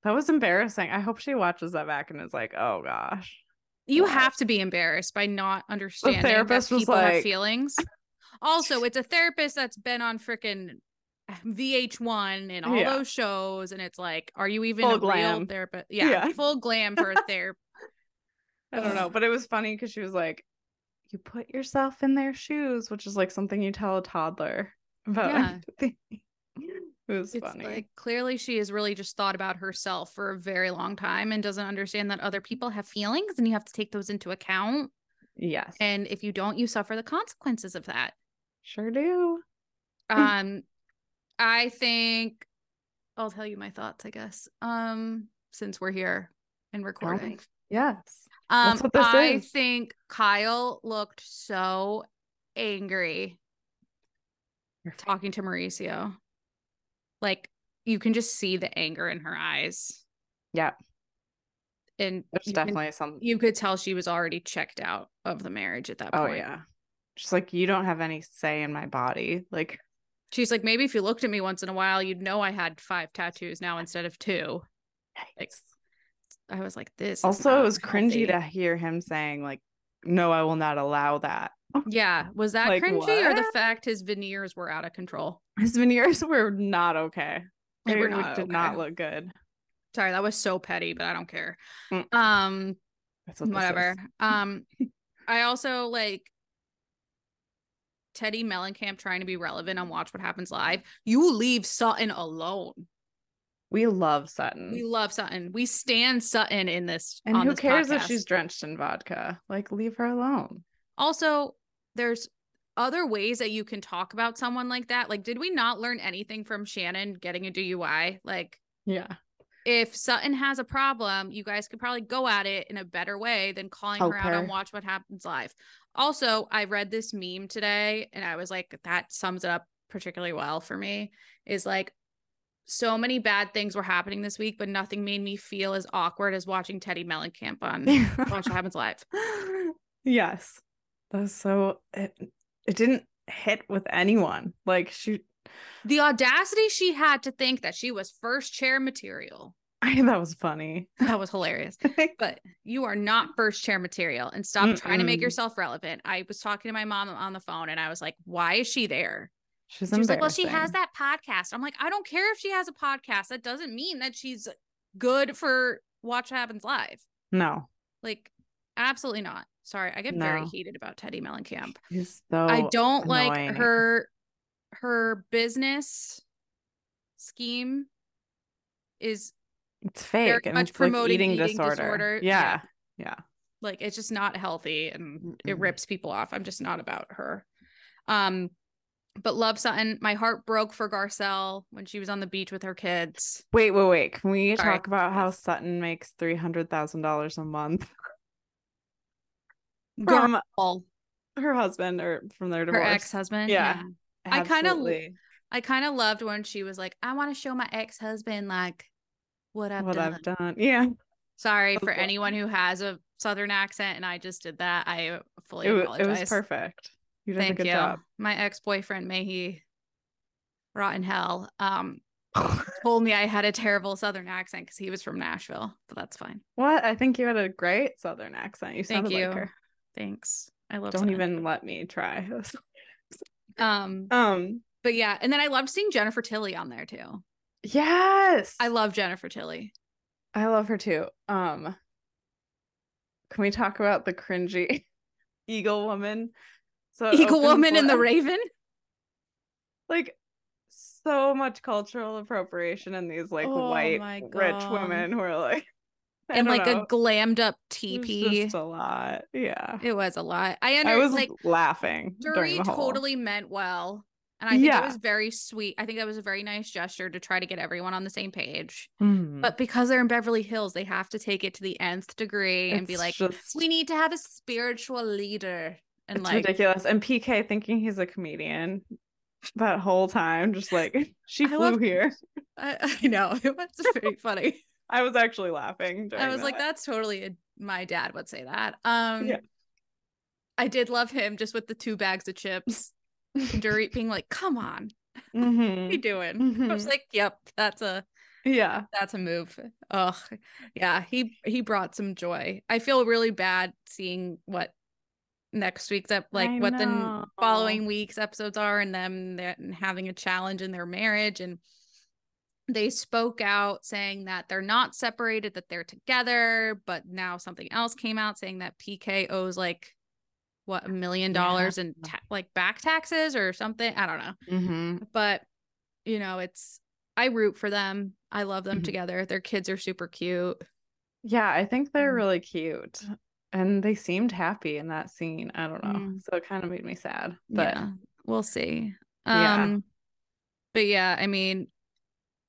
Speaker 1: That was embarrassing. I hope she watches that back and is like, oh gosh.
Speaker 2: You
Speaker 1: Wow.
Speaker 2: have to be embarrassed by not understanding
Speaker 1: therapist
Speaker 2: that
Speaker 1: was
Speaker 2: people have
Speaker 1: like-
Speaker 2: feelings. Also, it's a therapist that's been on freaking VH1 and all
Speaker 1: Yeah.
Speaker 2: those shows, and it's like, are you even
Speaker 1: Full
Speaker 2: a real
Speaker 1: glam.
Speaker 2: therapist? Yeah,
Speaker 1: Yeah.
Speaker 2: full glam for a therapist.
Speaker 1: I don't know.
Speaker 2: Ugh.
Speaker 1: But it was funny because she was like, you put yourself in their shoes, which is like something you tell a toddler about
Speaker 2: Yeah.
Speaker 1: empathy. It was
Speaker 2: It's
Speaker 1: funny.
Speaker 2: like clearly she has really just thought about herself for a very long time and doesn't understand that other people have feelings and you have to take those into account.
Speaker 1: yes.
Speaker 2: And if you don't, you suffer the consequences of that.
Speaker 1: sure do. Mm.
Speaker 2: um i think i'll tell you my thoughts i guess um since we're here and recording
Speaker 1: Yes.
Speaker 2: um
Speaker 1: That's what this
Speaker 2: i
Speaker 1: is.
Speaker 2: think kyle looked so angry talking to mauricio like you can just see the anger in her eyes
Speaker 1: Yeah.
Speaker 2: and
Speaker 1: There's
Speaker 2: you, can-
Speaker 1: definitely some.
Speaker 2: you could tell she was already checked out of the marriage at that
Speaker 1: Oh,
Speaker 2: point
Speaker 1: yeah. She's like, you don't have any say in my body. Like,
Speaker 2: She's like, maybe if you looked at me once in a while, you'd know I had five tattoos now instead of two. Like, I was like, this. is
Speaker 1: also,
Speaker 2: not
Speaker 1: it was cringy
Speaker 2: healthy.
Speaker 1: to hear him saying, like, no, I will not allow that.
Speaker 2: Yeah, was that
Speaker 1: Like,
Speaker 2: cringy or the
Speaker 1: what?
Speaker 2: fact his veneers were out of control?
Speaker 1: His veneers were not okay.
Speaker 2: They were
Speaker 1: would-
Speaker 2: not
Speaker 1: did not
Speaker 2: okay.
Speaker 1: look good.
Speaker 2: Sorry, that was so petty, but I don't care.
Speaker 1: Mm.
Speaker 2: Um,
Speaker 1: That's what this is.
Speaker 2: whatever. Um, I also like Teddy Mellencamp trying to be relevant on Watch What Happens Live. You leave Sutton alone.
Speaker 1: We love Sutton.
Speaker 2: We love Sutton. We stand Sutton in this.
Speaker 1: Mm. and
Speaker 2: on
Speaker 1: who
Speaker 2: this
Speaker 1: cares if
Speaker 2: podcast.
Speaker 1: she's drenched in vodka? Like, leave her alone.
Speaker 2: Also, there's other ways that you can talk about someone like that. Like, did we not learn anything from Shannon getting a DUI? Like,
Speaker 1: Yeah.
Speaker 2: if Sutton has a problem, you guys could probably go at it in a better way than calling her
Speaker 1: Help
Speaker 2: out on
Speaker 1: her.
Speaker 2: Watch What Happens Live. Also, I read this meme today and I was like, that sums it up particularly well for me is like, so many bad things were happening this week, but nothing made me feel as awkward as watching Teddy Mellencamp on Watch What Happens Live.
Speaker 1: yes. That's so it, it didn't hit with anyone. Like she
Speaker 2: The audacity she had to think that she was first chair material.
Speaker 1: I that was funny.
Speaker 2: That was hilarious. But you are not first chair material and stop trying to make
Speaker 1: Mm-mm.
Speaker 2: yourself relevant. I was talking to my mom on the phone and I was like, why is she there?
Speaker 1: She's
Speaker 2: She was like, well, she has
Speaker 1: embarrassing.
Speaker 2: that podcast. I'm like, I don't care if she has a podcast. That doesn't mean that she's good for Watch What Happens Live.
Speaker 1: No.
Speaker 2: Like, absolutely not. Sorry, I get very
Speaker 1: No.
Speaker 2: heated about Teddy Mellencamp.
Speaker 1: She's so
Speaker 2: I don't
Speaker 1: annoying.
Speaker 2: like her her business scheme is
Speaker 1: it's fake
Speaker 2: very
Speaker 1: and
Speaker 2: much
Speaker 1: it's like
Speaker 2: promoting
Speaker 1: eating,
Speaker 2: eating
Speaker 1: disorder.
Speaker 2: disorder.
Speaker 1: Yeah.
Speaker 2: like it's just not healthy and it
Speaker 1: Mm-mm.
Speaker 2: rips people off. I'm just not about her. Um but love Sutton, my heart broke for Garcelle when she was on the beach with her kids.
Speaker 1: Wait, wait, wait. Can we
Speaker 2: Sorry.
Speaker 1: talk about how Sutton makes three hundred thousand dollars a month
Speaker 2: Girl,
Speaker 1: from
Speaker 2: her
Speaker 1: her husband or from their divorce?
Speaker 2: ex-husband.
Speaker 1: Yeah.
Speaker 2: I kinda l-
Speaker 1: Absolutely.
Speaker 2: I kind of loved when she was like, I want to show my ex-husband like what I've
Speaker 1: what
Speaker 2: done.
Speaker 1: I've done. Yeah.
Speaker 2: Sorry for
Speaker 1: Okay.
Speaker 2: anyone who has a southern accent and I just did that. I fully
Speaker 1: It, wa- it
Speaker 2: apologize.
Speaker 1: was perfect. You did
Speaker 2: Thank
Speaker 1: a good
Speaker 2: you.
Speaker 1: job.
Speaker 2: My ex-boyfriend, may he rot in hell. Um told me I had a terrible southern accent because he was from Nashville, but that's fine.
Speaker 1: What? I think you had a great southern accent. You
Speaker 2: Thank
Speaker 1: sounded
Speaker 2: you.
Speaker 1: like her.
Speaker 2: Thanks. I love
Speaker 1: Don't
Speaker 2: Sutton.
Speaker 1: even let me try.
Speaker 2: um
Speaker 1: um
Speaker 2: but yeah, and then I loved seeing Jennifer Tilly on there too.
Speaker 1: yes.
Speaker 2: I love Jennifer Tilly.
Speaker 1: I love her too. Um can we talk about the cringy Eagle Woman? So it
Speaker 2: Eagle
Speaker 1: opens
Speaker 2: Woman and the
Speaker 1: with-
Speaker 2: Raven.
Speaker 1: like so much cultural appropriation in these like
Speaker 2: Oh
Speaker 1: white
Speaker 2: my
Speaker 1: rich
Speaker 2: God.
Speaker 1: women who are like I
Speaker 2: And
Speaker 1: don't
Speaker 2: like
Speaker 1: know.
Speaker 2: a glammed up
Speaker 1: It was
Speaker 2: teepee.
Speaker 1: just a lot. Yeah.
Speaker 2: It was a lot. I under
Speaker 1: I was
Speaker 2: like
Speaker 1: laughing during
Speaker 2: Dury
Speaker 1: the whole.
Speaker 2: totally meant well. And I think that
Speaker 1: Yeah.
Speaker 2: was very sweet. I think that was a very nice gesture to try to get everyone on the same page.
Speaker 1: Mhm.
Speaker 2: But because they're in Beverly Hills, they have to take it to the nth degree and be
Speaker 1: It's
Speaker 2: like,
Speaker 1: just-
Speaker 2: we need to have a spiritual leader and
Speaker 1: it's
Speaker 2: like
Speaker 1: ridiculous. And PK thinking he's a comedian. that whole time, just like she
Speaker 2: I
Speaker 1: flew
Speaker 2: love-
Speaker 1: here.
Speaker 2: I, I know it was very funny.
Speaker 1: I was actually laughing.
Speaker 2: I
Speaker 1: during
Speaker 2: was like,
Speaker 1: that.
Speaker 2: that's totally a, my dad would say that. Um,
Speaker 1: Yeah.
Speaker 2: I did love him just with the two bags of chips. Dorit being like, "Come on, what are you
Speaker 1: Mhm.
Speaker 2: doing?" I was
Speaker 1: Mhm.
Speaker 2: like, "Yep, that's a
Speaker 1: yeah,
Speaker 2: that's a move." Ugh, yeah, he he brought some joy. I feel really bad seeing what next week's up like
Speaker 1: I
Speaker 2: what the n- following
Speaker 1: know.
Speaker 2: week's episodes are, and them that- and having a challenge in their marriage and. They spoke out saying that they're not separated, that they're together, but now something else came out saying that PK owes like what a million
Speaker 1: Yeah.
Speaker 2: dollars in ta- like back taxes or something. I don't know
Speaker 1: Mhm.
Speaker 2: but you know it's i root for them i love them
Speaker 1: Mhm.
Speaker 2: together their kids are super cute
Speaker 1: yeah. I think they're
Speaker 2: Mhm.
Speaker 1: really cute, and they seemed happy in that scene. I don't know,
Speaker 2: Mm.
Speaker 1: so it kind of made me sad. But
Speaker 2: yeah we'll see
Speaker 1: Yeah.
Speaker 2: um but yeah i mean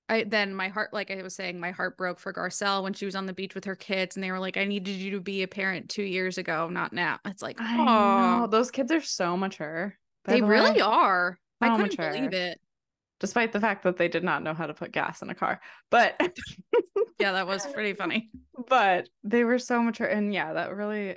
Speaker 2: i then my heart like i was saying my heart broke for garcelle when she was on the beach with her kids and they were like i needed you to be a parent two years ago not now it's like
Speaker 1: I know
Speaker 2: oh
Speaker 1: those kids are so mature. by
Speaker 2: they
Speaker 1: the
Speaker 2: really
Speaker 1: way,
Speaker 2: are i
Speaker 1: So
Speaker 2: couldn't believe
Speaker 1: mature.
Speaker 2: it
Speaker 1: despite the fact that they did not know how to put gas in a car. But
Speaker 2: yeah that was pretty funny
Speaker 1: but they were so mature and yeah that really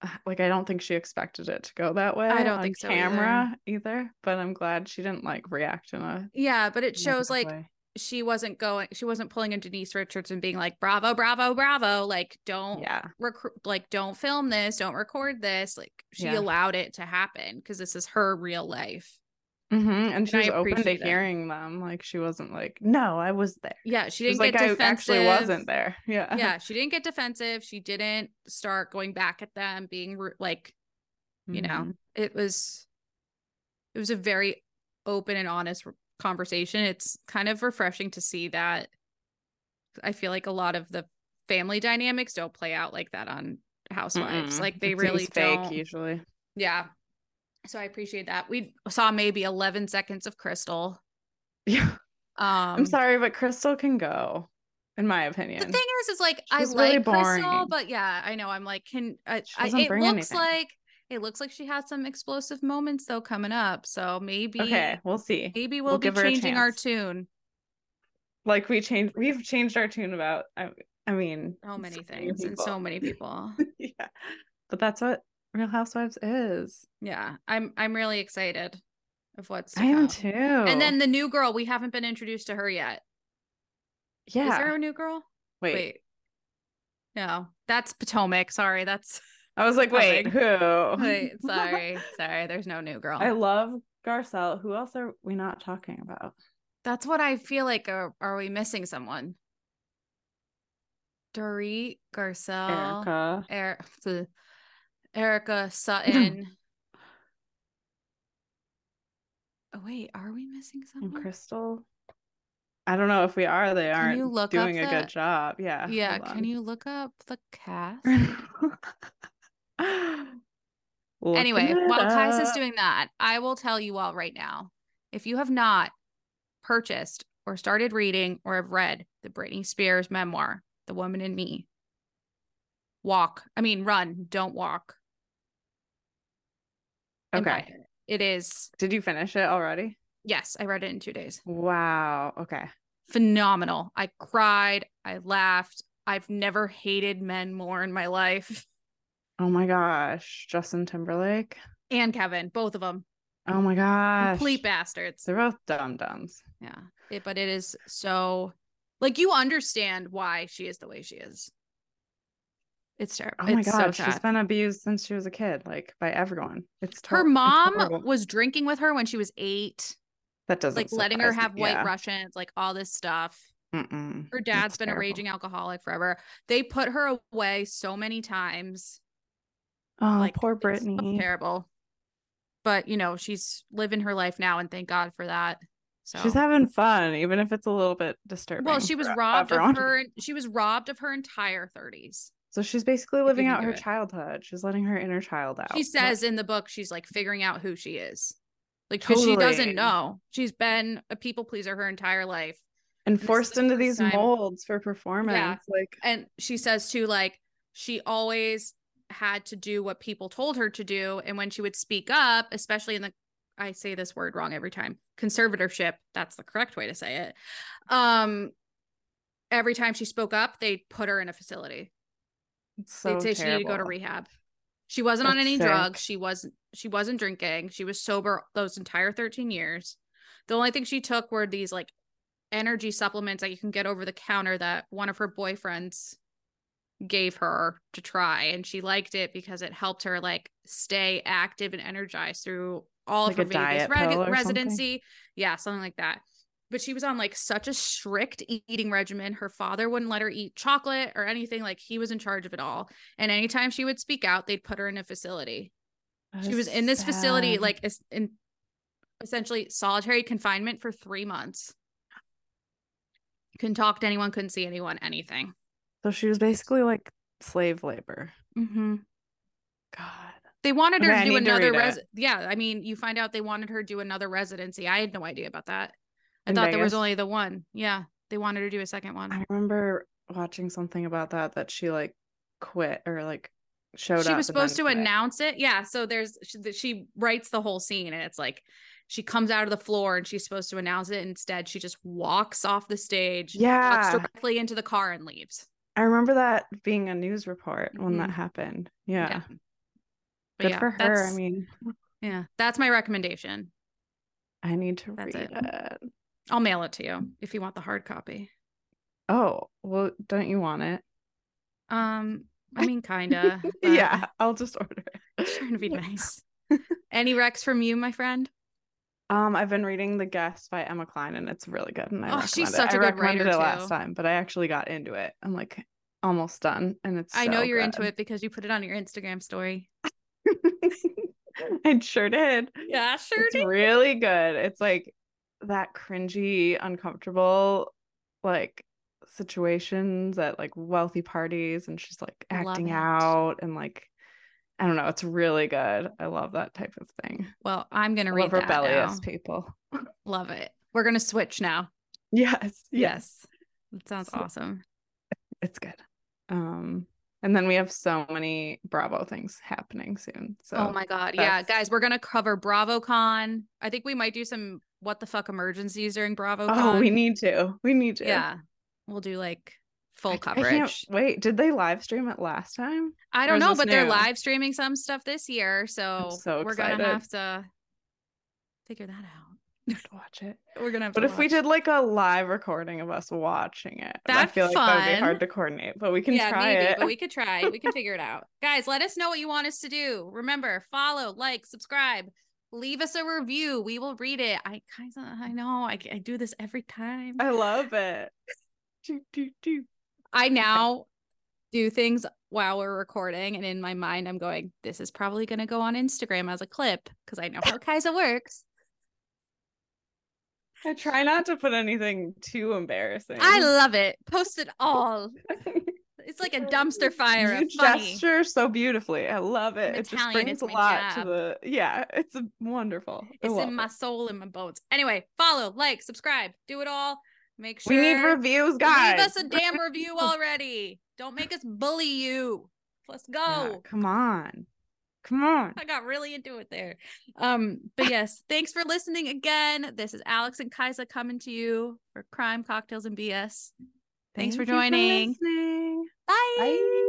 Speaker 1: like i don't think she expected it to go that way
Speaker 2: don't
Speaker 1: on
Speaker 2: think so either.
Speaker 1: camera either. but i'm glad she didn't like react in a
Speaker 2: yeah but it shows
Speaker 1: negative
Speaker 2: like
Speaker 1: way.
Speaker 2: she wasn't going she wasn't pulling a denise richards and being like bravo bravo bravo like don't
Speaker 1: yeah
Speaker 2: rec- like don't film this don't record this like she
Speaker 1: Yeah.
Speaker 2: allowed it to happen because this is her real life
Speaker 1: hmm and she
Speaker 2: I
Speaker 1: was open to
Speaker 2: appreciate it.
Speaker 1: hearing them like she wasn't like no i was there
Speaker 2: yeah she
Speaker 1: she was
Speaker 2: didn't
Speaker 1: like
Speaker 2: get
Speaker 1: i
Speaker 2: defensive
Speaker 1: actually wasn't there yeah
Speaker 2: yeah she didn't get defensive she didn't start going back at them being ru- like you know
Speaker 1: Mhm.
Speaker 2: it was it was a very open and honest r- conversation it's kind of refreshing to see that i feel like a lot of the family dynamics don't play out like that on housewives
Speaker 1: Mm-mm.
Speaker 2: like they
Speaker 1: It seems
Speaker 2: really
Speaker 1: mm-hmm. fake
Speaker 2: don't
Speaker 1: usually
Speaker 2: yeah so i appreciate that we saw maybe 11 seconds of crystal
Speaker 1: yeah
Speaker 2: um
Speaker 1: i'm sorry but crystal can go in my opinion
Speaker 2: the thing is is like i
Speaker 1: She's really
Speaker 2: like crystal
Speaker 1: boring.
Speaker 2: but yeah i know i'm like can I,
Speaker 1: She
Speaker 2: I
Speaker 1: doesn't
Speaker 2: it
Speaker 1: bring
Speaker 2: looks
Speaker 1: anything.
Speaker 2: like it looks like she has some explosive moments though coming up so maybe
Speaker 1: okay we'll see
Speaker 2: maybe we'll,
Speaker 1: We'll
Speaker 2: be
Speaker 1: give her a
Speaker 2: changing our
Speaker 1: chance.
Speaker 2: tune
Speaker 1: like we changed we've changed our tune about i, I mean
Speaker 2: so many things and
Speaker 1: people.
Speaker 2: so many people
Speaker 1: yeah but that's what real housewives is
Speaker 2: yeah i'm i'm really excited of what's to
Speaker 1: i am
Speaker 2: come.
Speaker 1: too
Speaker 2: and then the new girl we haven't been introduced to her yet
Speaker 1: yeah
Speaker 2: is there a new girl
Speaker 1: wait.
Speaker 2: No, that's Potomac. Sorry, that's
Speaker 1: i was like wait
Speaker 2: Potomac.
Speaker 1: who
Speaker 2: wait, sorry, sorry. There's no new girl.
Speaker 1: i love garcelle who else are we not talking about
Speaker 2: that's what I feel like. Are, are we missing someone? Dorit Garcelle,
Speaker 1: erica
Speaker 2: Erica, Erica Sutton. Oh, wait, are we missing
Speaker 1: and
Speaker 2: someone?
Speaker 1: crystal i don't know if we are they
Speaker 2: mm-hmm. Can
Speaker 1: aren't
Speaker 2: you look up
Speaker 1: doing a
Speaker 2: the-
Speaker 1: good job yeah uh,
Speaker 2: yeah,
Speaker 1: hold
Speaker 2: can
Speaker 1: on.
Speaker 2: you look up the cast?
Speaker 1: Looking
Speaker 2: anyway,
Speaker 1: it
Speaker 2: while Kaisa's
Speaker 1: up.
Speaker 2: doing that, I will tell you all right now if you have not purchased or started reading or have read the Britney Spears memoir, The Woman in Me, walk. I mean, run, don't walk. and buy
Speaker 1: okay
Speaker 2: It It is,
Speaker 1: did you finish it already
Speaker 2: yes, I read it in two days.
Speaker 1: wow okay
Speaker 2: Phenomenal. I cried, I laughed. I've never hated men more in my life.
Speaker 1: Oh my gosh, Justin Timberlake.
Speaker 2: And Kevin, both of them,
Speaker 1: Oh my gosh.
Speaker 2: complete bastards.
Speaker 1: They're both dum dums.
Speaker 2: Yeah. It, but it is so like you understand why she is the way she is. It's terrible.
Speaker 1: Oh my
Speaker 2: it's
Speaker 1: gosh,
Speaker 2: so
Speaker 1: she's
Speaker 2: sad.
Speaker 1: been abused since she was a kid, like by everyone. It's tor-
Speaker 2: her
Speaker 1: it's
Speaker 2: mom
Speaker 1: horrible.
Speaker 2: was drinking with her when she was eight,
Speaker 1: that doesn't
Speaker 2: like letting her
Speaker 1: surprise
Speaker 2: have
Speaker 1: me.
Speaker 2: white
Speaker 1: yeah.
Speaker 2: Russians, like all this stuff.
Speaker 1: Mm-mm.
Speaker 2: Her dad's
Speaker 1: That's
Speaker 2: been
Speaker 1: terrible.
Speaker 2: a raging alcoholic forever. They put her away so many times.
Speaker 1: Oh,
Speaker 2: like
Speaker 1: poor
Speaker 2: it's so
Speaker 1: Brittany.
Speaker 2: terrible. But you know, she's living her life now and thank God for that. So
Speaker 1: She's having fun, even if it's a little bit disturbing.
Speaker 2: well, she was
Speaker 1: for
Speaker 2: robbed
Speaker 1: everyone.
Speaker 2: of her she was robbed of her entire 30s.
Speaker 1: So she's basically
Speaker 2: you
Speaker 1: living
Speaker 2: can
Speaker 1: out
Speaker 2: do
Speaker 1: her
Speaker 2: it.
Speaker 1: childhood. She's letting her inner child out.
Speaker 2: She
Speaker 1: But-
Speaker 2: says in the book she's like figuring out who she is. Like 'cause she
Speaker 1: Totally.
Speaker 2: doesn't know. She's been a people pleaser her entire life.
Speaker 1: and
Speaker 2: this is
Speaker 1: forced
Speaker 2: the
Speaker 1: into
Speaker 2: first
Speaker 1: these
Speaker 2: time-
Speaker 1: molds for performance. Like
Speaker 2: And she says too like she always had to do what people told her to do and when she would speak up, especially in the I say this word wrong every time. Conservatorship, that's the correct way to say it. Um every time she spoke up, they put her in a facility.
Speaker 1: It's so
Speaker 2: They'd say she needed to go to
Speaker 1: terrible.
Speaker 2: rehab. She wasn't on
Speaker 1: That's
Speaker 2: any
Speaker 1: sick.
Speaker 2: drugs. She wasn't she wasn't drinking. She was sober those entire 13 years. The only thing she took were these like energy supplements that you can get over the counter that one of her boyfriends gave her to try and she liked it because it helped her like stay active and energized through all
Speaker 1: Like a
Speaker 2: of her Vegas
Speaker 1: diet pill or
Speaker 2: re-
Speaker 1: something?
Speaker 2: residency. Yeah, something like that. But she was on like such a strict e- eating regimen. Her father wouldn't let her eat chocolate or anything. Like he was in charge of it all. And anytime she would speak out, they'd put her in a facility
Speaker 1: That
Speaker 2: she
Speaker 1: is
Speaker 2: was in this facility
Speaker 1: sad.
Speaker 2: like es- in essentially solitary confinement for three months couldn't talk to anyone couldn't see anyone anything
Speaker 1: so she was basically like slave labor.
Speaker 2: mm-hmm.
Speaker 1: God.
Speaker 2: they wanted her
Speaker 1: Okay, I
Speaker 2: to do
Speaker 1: need to
Speaker 2: another
Speaker 1: read
Speaker 2: res
Speaker 1: it.
Speaker 2: yeah i mean you find out they wanted her to do another residency i had no idea about that i
Speaker 1: In
Speaker 2: thought there was
Speaker 1: Vegas?
Speaker 2: only the one yeah they wanted her to do a second one
Speaker 1: I remember watching something about that that she like quit or like showed
Speaker 2: she
Speaker 1: up.
Speaker 2: was
Speaker 1: but then
Speaker 2: supposed to
Speaker 1: quit.
Speaker 2: announce it yeah so there's she, the- she writes the whole scene and it's like she comes out of the floor and she's supposed to announce it instead she just walks off the stage walks
Speaker 1: Yeah,
Speaker 2: directly into the car and leaves
Speaker 1: I remember that being a news report when that
Speaker 2: Mhm.
Speaker 1: happened. Yeah,
Speaker 2: But
Speaker 1: good
Speaker 2: yeah,
Speaker 1: for her. I
Speaker 2: that's-
Speaker 1: mean,
Speaker 2: yeah that's my recommendation
Speaker 1: I need to
Speaker 2: That's
Speaker 1: read
Speaker 2: it.
Speaker 1: it.
Speaker 2: i'll mail it to you if you want the hard copy
Speaker 1: Oh, well, don't you want it?
Speaker 2: um i mean kinda but
Speaker 1: yeah, I'll just order
Speaker 2: i'm
Speaker 1: it.
Speaker 2: trying to be nice any recs from you my friend
Speaker 1: Um, I've been reading The Guest by Emma Klein, and it's really good. And I
Speaker 2: Oh,
Speaker 1: recommend
Speaker 2: she's
Speaker 1: it.
Speaker 2: such
Speaker 1: I
Speaker 2: a good
Speaker 1: recommended
Speaker 2: writer,
Speaker 1: it last
Speaker 2: too.
Speaker 1: time, but I actually got into it. I'm like almost done, and it's
Speaker 2: i know
Speaker 1: so
Speaker 2: you're into
Speaker 1: good.
Speaker 2: it because you put it on your instagram story
Speaker 1: I sure did.
Speaker 2: yeah sure
Speaker 1: It's really good. It's like that cringy, uncomfortable, like situations at like wealthy parties, and she's like
Speaker 2: Love
Speaker 1: acting
Speaker 2: it.
Speaker 1: out and like I don't know. It's really good. I love that type of thing.
Speaker 2: well i'm gonna
Speaker 1: I
Speaker 2: read
Speaker 1: love
Speaker 2: that
Speaker 1: rebellious
Speaker 2: now.
Speaker 1: people.
Speaker 2: Love it. We're gonna switch now.
Speaker 1: Yes, yes,
Speaker 2: That sounds
Speaker 1: So-
Speaker 2: awesome.
Speaker 1: it's good. Um, and then we have so many Bravo things happening soon. So
Speaker 2: oh my god. Yeah,
Speaker 1: that's-
Speaker 2: guys, we're gonna cover BravoCon. I think we might do some what the fuck emergencies during BravoCon.
Speaker 1: oh, we need to. We need to.
Speaker 2: yeah. We'll do like full
Speaker 1: I- I can't
Speaker 2: coverage.
Speaker 1: wait, did they live stream it last time?
Speaker 2: I,
Speaker 1: or
Speaker 2: don't
Speaker 1: is
Speaker 2: know,
Speaker 1: this
Speaker 2: but they're
Speaker 1: new?
Speaker 2: live streaming some stuff this year. So,
Speaker 1: so
Speaker 2: we're gonna
Speaker 1: excited.
Speaker 2: have to figure that out.
Speaker 1: I have to watch it.
Speaker 2: We're gonna have
Speaker 1: But
Speaker 2: to
Speaker 1: if we
Speaker 2: watch.
Speaker 1: did like a live recording of us watching it, I
Speaker 2: That'd
Speaker 1: feel like that would be
Speaker 2: fun.
Speaker 1: hard to coordinate, but we can
Speaker 2: yeah,
Speaker 1: try
Speaker 2: maybe,
Speaker 1: it.
Speaker 2: but we could try. it. We can figure it out. Guys, let us know what you want us to do. Remember, follow, like, subscribe, leave us a review. We will read it. I kind of, I know, I, I do this every time.
Speaker 1: I love it. Do, do, do.
Speaker 2: I now do things while we're recording, and in my mind, I'm going, this is probably going to go on Instagram as a clip because I know how Kaisa works.
Speaker 1: I try not to put anything too embarrassing.
Speaker 2: I love it. Post it all. It's like a dumpster fire
Speaker 1: You
Speaker 2: of funny.
Speaker 1: gesture so beautifully. I love it.
Speaker 2: I'm
Speaker 1: it just
Speaker 2: Italian,
Speaker 1: brings
Speaker 2: it's
Speaker 1: a
Speaker 2: my
Speaker 1: lot
Speaker 2: job.
Speaker 1: to the yeah. It's a, wonderful. I
Speaker 2: It's
Speaker 1: love
Speaker 2: in my
Speaker 1: it.
Speaker 2: soul, in my bones. Anyway, follow, like, subscribe, do it all. Make sure
Speaker 1: We need reviews, guys.
Speaker 2: Leave us a damn review already. Don't make us bully you. Let's go.
Speaker 1: Yeah, come on, come on.
Speaker 2: I got really into it there. Um, but yes, thanks for listening again. This is Alex and Kaisa coming to you for Crime Cocktails and BS. Thanks for
Speaker 1: Thank you
Speaker 2: joining.
Speaker 1: listening.
Speaker 2: Bye.
Speaker 1: Bye.